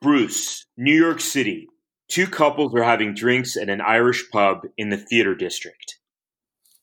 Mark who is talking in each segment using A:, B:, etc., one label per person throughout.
A: Bruce, New York City. Two couples are having drinks at an Irish pub in the theater district.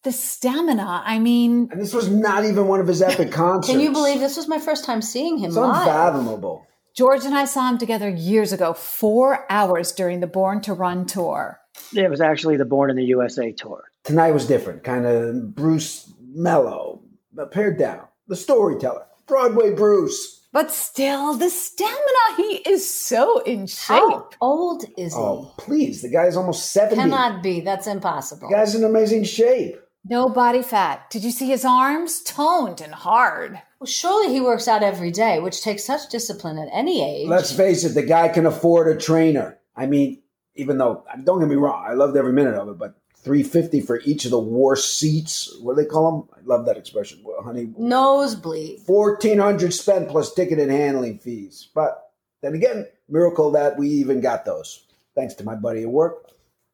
B: The stamina. I mean,
C: And this was not even one of his epic concerts.
D: Can you believe this was my first time seeing him
C: It's
D: live?
C: unfathomable.
B: George and I saw him together years ago, four hours during the Born to Run tour.
E: It was actually the Born in the USA tour.
C: Tonight was different. Kind of Bruce mellow, but pared down. The storyteller. Broadway Bruce.
B: But still, the stamina, he is so in shape.
D: How old is
C: Oh, please. The guy's almost 70.
D: he? Cannot be. That's impossible.
C: The guy's in amazing shape.
B: No body fat. Did you see his arms? Toned and hard.
D: Well, surely he works out every day, which takes such discipline at any age.
C: Let's face it, the guy can afford a trainer. I mean, even though, don't get me wrong, I loved every minute of it, but 350 for each of the worst seats. What do they call them? I love that expression. Well, honey,
D: Nosebleed.
C: 1400 spent plus ticket and handling fees. But then again, miracle that we even got those. Thanks to my buddy at work.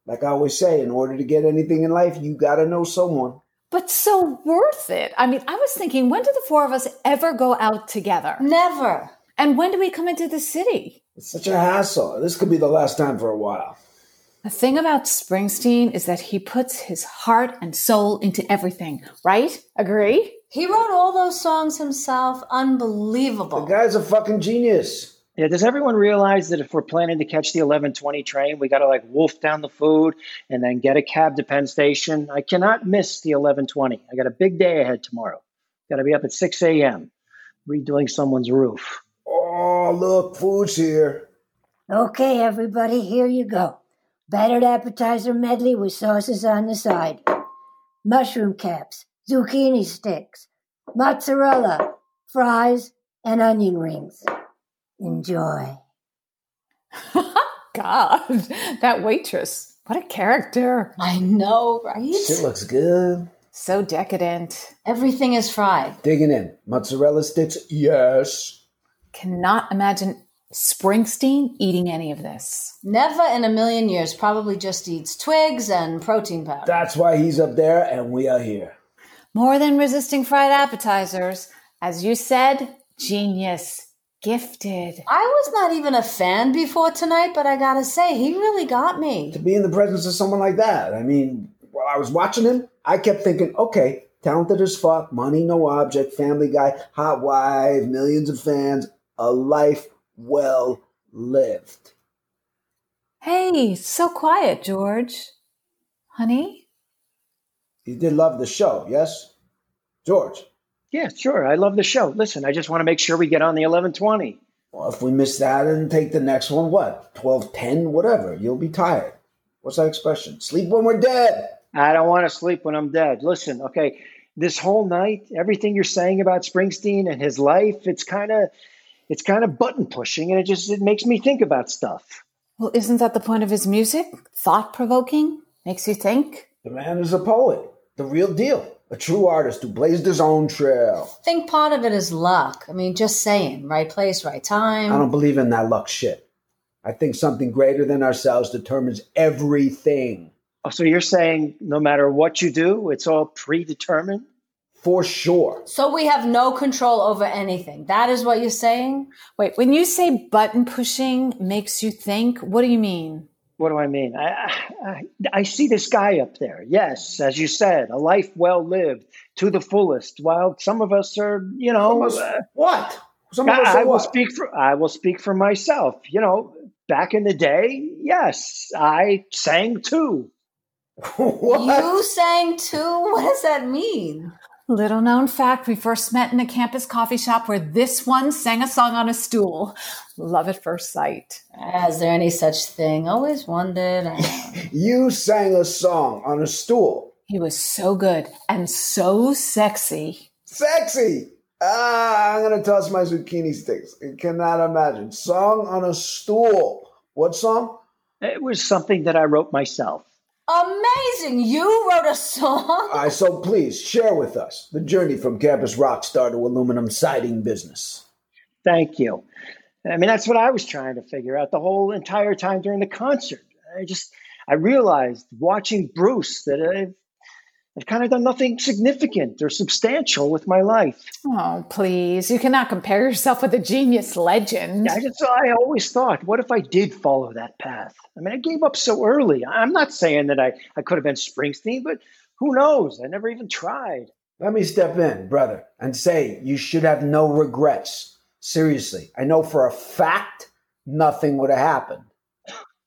C: Like I always say, in order to get anything in life, you got to know someone.
B: But so worth it. I mean, I was thinking, when do the four of us ever go out together?
D: Never.
B: And when do we come into the city?
C: It's such a hassle. This could be the last time for a while.
B: The thing about Springsteen is that he puts his heart and soul into everything, right? Agree?
D: He wrote all those songs himself.
C: The
D: Unbelievable.
C: guy's a fucking genius.
E: Yeah, does everyone realize that if we're planning to catch the 11:20 train, we got to like wolf down the food and then get a cab to Penn Station? I cannot miss the 11:20. I got a big day ahead tomorrow. Got to be up at 6 a.m. redoing someone's roof.
C: Oh, look, food's here.
F: Okay, everybody, here you go. Battered appetizer medley with sauces on the side. Mushroom caps, zucchini sticks, mozzarella, fries, and onion rings. Enjoy.
B: God, that waitress. What a character.
D: I know, right?
C: Shit looks good.
B: So decadent.
D: Everything is fried.
C: Digging in. Mozzarella sticks, yes.
B: Cannot imagine Springsteen eating any of this.
D: Never in a million years probably just eats twigs and protein powder.
C: That's why he's up there and we are here.
B: More than resisting fried appetizers. As you said, genius, gifted.
D: I was not even a fan before tonight, but I gotta say, he really got
C: To
D: me.
C: be in the presence of someone like that, I mean, while I was watching him, I kept thinking, okay, talented as fuck, money no object, family guy, hot wife, millions of fans, a life well lived.
B: Hey, so quiet, George. Honey?
C: You did love the show, yes? George,
E: Yeah, sure. I love the show. Listen, I just want to make sure we get on the 11:20.
C: well, if we miss that and take the next one, what? 12, 10, whatever. You'll be tired. What's that expression? Sleep when we're dead.
E: I don't want to sleep when I'm dead. Listen, okay, this whole night, everything you're saying about Springsteen and his life, it's kind of it's kind of button pushing and it just it makes me think about stuff.
B: Well, isn't that the point of his music? Thought provoking? Makes you think?
C: The man is a poet, the real deal, a true artist who blazed his own trail.
D: I think part of it is luck. I mean, just saying, right place, right time.
C: I don't believe in that luck shit. I think something greater than ourselves determines everything.
E: Oh, so you're saying no matter what you do, it's all predetermined?
C: For sure.
D: so we have no control over anything. That is what you're saying?
B: Wait, when you say button pushing makes you think, what do you mean?
E: What do I mean? I, I, I- I see this guy up there. Yes, as you said, a life well lived to the fullest. While some of us are, you know, uh,
C: What? Some of us
E: I, I
C: are
E: will
C: what?
E: speak for I will speak for myself. You know, back in the day, yes, I sang too.
C: what?
D: You sang too? What does that mean?
B: Little known fact, we first met in a campus coffee shop where this one sang a song on a stool. Love at first sight.
D: Ah, Is there any such thing? Always wondered. I know.
C: You sang a song on a stool.
B: He was so good and so sexy.
C: Sexy. Ah, I'm gonna toss my zucchini sticks. I cannot imagine. Song on a stool. What song?
E: It was something that I wrote myself.
D: Amazing! You wrote a song?
C: I so please share with us the journey from campus rock star to aluminum siding business.
E: Thank you. I mean, that's what I was trying to figure out the whole entire time during the concert. I just I realized watching Bruce that I I've kind of done nothing significant or substantial with my life.
B: Oh, please. You cannot compare yourself with a genius legend.
E: I just I always thought, what if I did follow that path? I mean, I gave up so early. I'm not saying that I, I could have been Springsteen, but who knows? I never even tried.
C: Let me step in, brother, and say you should have no regrets. Seriously, I know for a fact nothing would have happened.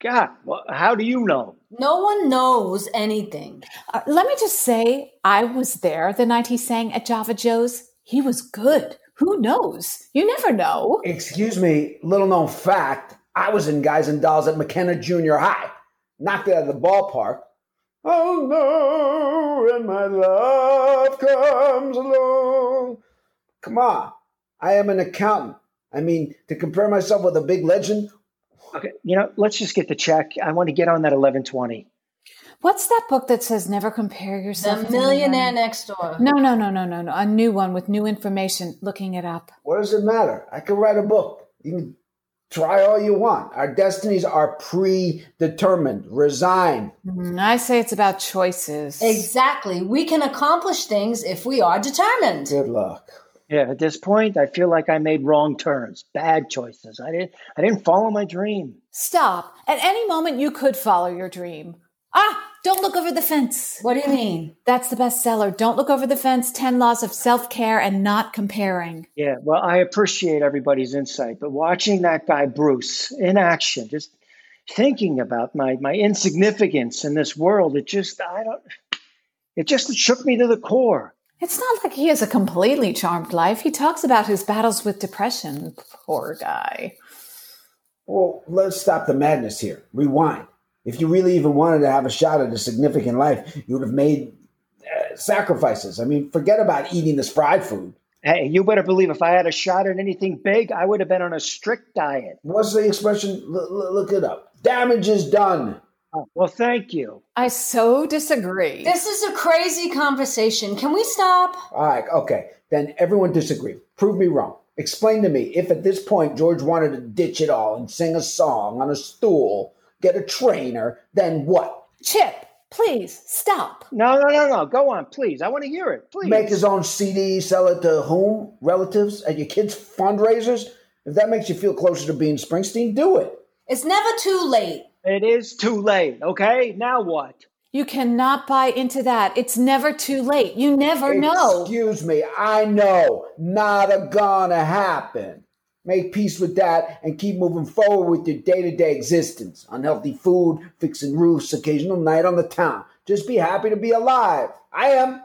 E: God, well, how do you know?
D: No one knows anything.
B: Uh, let me just say, I was there the night he sang at Java Joe's. He was good. Who knows? You never know.
C: Excuse me, little known fact I was in Guys and Dolls at McKenna Junior High, knocked it out of the ballpark. Oh no, and my love comes along. Come on, I am an accountant. I mean, to compare myself with a big legend,
E: Okay, you know, let's just get the check. I want to get on that 1120.
B: What's that book that says never compare yourself?
D: The
B: with anyone?
D: millionaire next door.
B: No, no, no, no, no, no. A new one with new information. Looking it up.
C: what does it matter? I could write a book. You can try all you want. Our destinies are predetermined. Resign.
B: Mm, I say it's about choices.
D: Exactly. We can accomplish things if we are determined.
C: Good luck.
E: Yeah, at this point, I feel like I made wrong turns, bad choices. I didn't I didn't follow my dream.
B: Stop. At any moment, you could follow your dream. Ah, don't look over the fence.
D: What do you mean?
B: That's the bestseller. Don't look over the fence. 10 laws of self care and not comparing.
E: Yeah, well, I appreciate everybody's insight, but watching that guy Bruce in action, just thinking about my my insignificance in this world, it just I don't it just shook me to the core.
B: It's not like he has a completely charmed life. He talks about his battles with depression. Poor guy.
C: Well, let's stop the madness here. Rewind. If you really even wanted to have a shot at a significant life, you would have made uh, sacrifices. I mean, forget about eating this fried food.
E: Hey, you better believe if I had a shot at anything big, I would have been on a strict diet.
C: What's the expression? L- l- look it up. Damage is done.
E: Oh, well, thank you.
B: I so disagree.
D: This is a crazy conversation. Can we stop?
C: All right, okay. Then everyone disagreed. Prove me wrong. Explain to me if at this point George wanted to ditch it all and sing a song on a stool, get a trainer, then what?
B: Chip, please stop.
E: No, no, no, no. Go on, please. I want to hear it. Please.
C: Make his own CD, sell it to whom? Relatives? At your kids' fundraisers? If that makes you feel closer to being Springsteen, do it.
D: It's never too late.
E: It is too late, okay? Now what?
B: You cannot buy into that. It's never too late. You never know.
C: Excuse me, I know. Not a gonna happen. Make peace with that and keep moving forward with your day to day existence. Unhealthy food, fixing roofs, occasional night on the town. Just be happy to be alive. I am.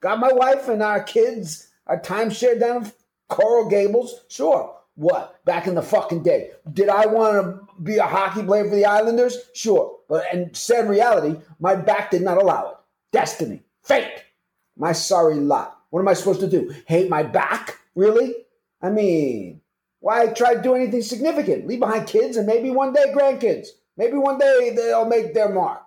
C: Got my wife and our kids, our timeshare down in Coral Gables. Sure. What? Back in the fucking day. Did I want to be a hockey player for the Islanders? Sure. But in sad reality, my back did not allow it. Destiny. Fate my sorry lot. What am I supposed to do? Hate my back? Really? I mean, why try to do anything significant? Leave behind kids and maybe one day grandkids. Maybe one day they'll make their mark.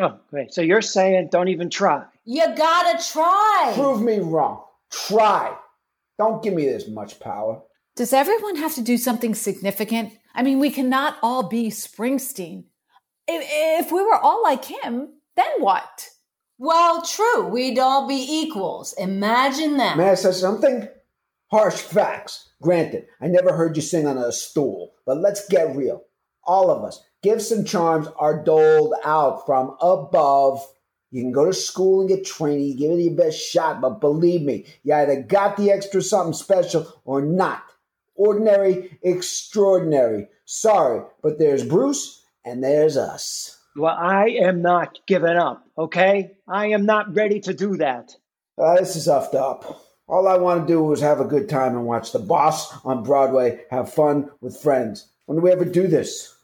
E: Oh, great. So you're saying don't even try.
D: You gotta try.
C: Prove me wrong. Try. Don't give me this much power.
B: Does everyone have to do something significant? I mean, we cannot all be Springsteen. If, if we were all like him, then what?
D: Well, true. We'd all be equals. Imagine that.
C: May I say something? Harsh facts. Granted, I never heard you sing on a stool, but let's get real. All of us, gifts and charms are doled out from above. You can go to school and get training, give it your best shot, but believe me, you either got the extra something special or not. Ordinary, extraordinary. Sorry, but there's Bruce and there's us.
E: Well, I am not giving up, okay? I am not ready to do that.
C: Uh, this is effed up. All I want to do is have a good time and watch The Boss on Broadway, have fun with friends. When do we ever do this?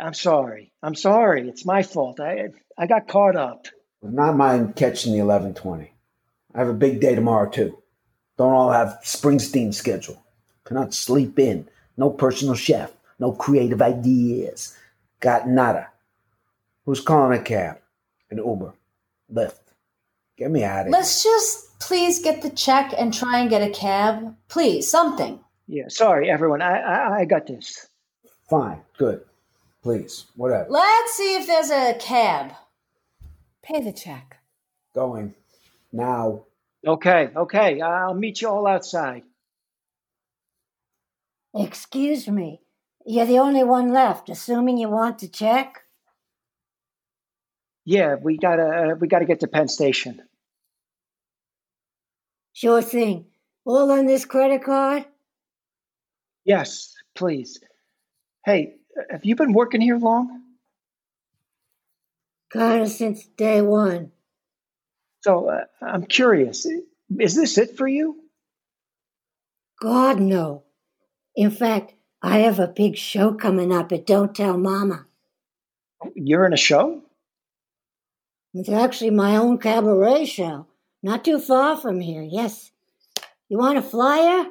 E: I'm sorry. I'm sorry. It's my fault. I I got caught up.
C: Not mind catching the 1120. I have a big day tomorrow, too. Don't all have Springsteen schedule. Cannot sleep in. No personal chef. No creative ideas. Got nada. Who's calling a cab? An Uber. Lyft. Get me out of here.
D: Let's just please get the check and try and get a cab. Please, something.
E: Yeah, sorry, everyone. I I, I got this.
C: Fine. Good. Please. Whatever.
D: Let's see if there's a cab.
B: Pay the check.
C: Going. now.
E: Okay, okay. I'll meet you all outside.
F: Excuse me. You're the only one left, assuming you want to check?
E: Yeah, we gotta uh, we gotta get to Penn Station.
F: Sure thing. All on this credit card?
E: Yes, please. Hey, have you been working here long?
F: Kinda since day one.
E: So uh, I'm curious. Is this it for you?
F: God, no. In fact, I have a big show coming up at Don't Tell Mama.
E: You're in a show?
F: It's actually my own cabaret show, not too far from here, yes. You want a flyer?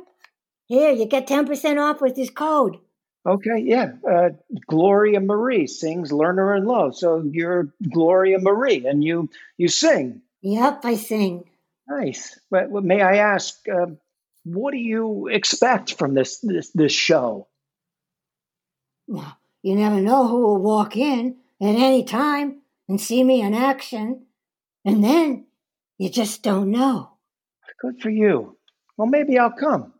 F: Here, you get 10% off with this code.
E: Okay, yeah. Uh, Gloria Marie sings "Learner in Love," so you're Gloria Marie, and you you sing.
F: Yep, I sing.
E: Nice. But well, may I ask, uh, what do you expect from this this, this show?
F: Well, you never know who will walk in at any time and see me in action. And then you just don't know.
E: Good for you. Well, maybe I'll come.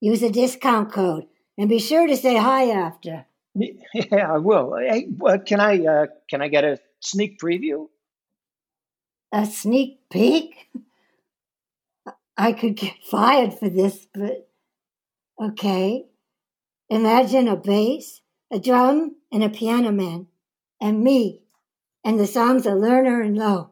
F: Use a discount code and be sure to say hi after.
E: Yeah, I will. Hey, uh, can I uh, can I get a sneak preview?
F: A sneak peek? I could get fired for this, but okay. Imagine a bass, a drum, and a piano man, and me, and the songs are Lerner and Low.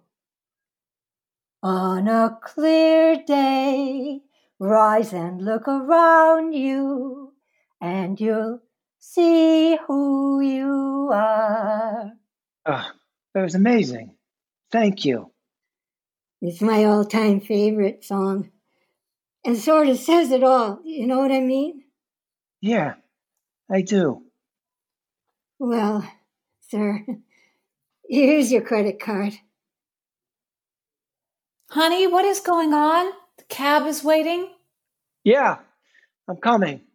F: On a clear day, rise and look around you, and you'll see who you are.
E: Uh, that was amazing. Thank you.
F: It's my all time favorite song. And sort of says it all. You know what I mean?
E: Yeah, I do.
F: Well, sir, here's your credit card.
B: Honey, what is going on? The cab is waiting.
E: Yeah, I'm coming.